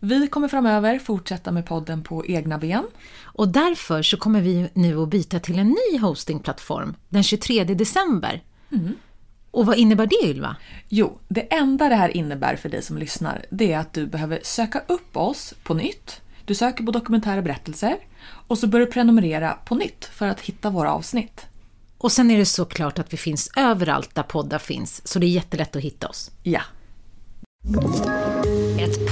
Vi kommer framöver fortsätta med podden på egna ben. Och därför så kommer vi nu att byta till en ny hostingplattform den 23 december. Och vad innebär det Ylva? Jo, det enda det här innebär för dig som lyssnar det är att du behöver söka upp oss på nytt. Du söker på dokumentära berättelser och så börjar du prenumerera på nytt för att hitta våra avsnitt. Och sen är det såklart att vi finns överallt där poddar finns, så det är jättelätt att hitta oss. Ja. Ett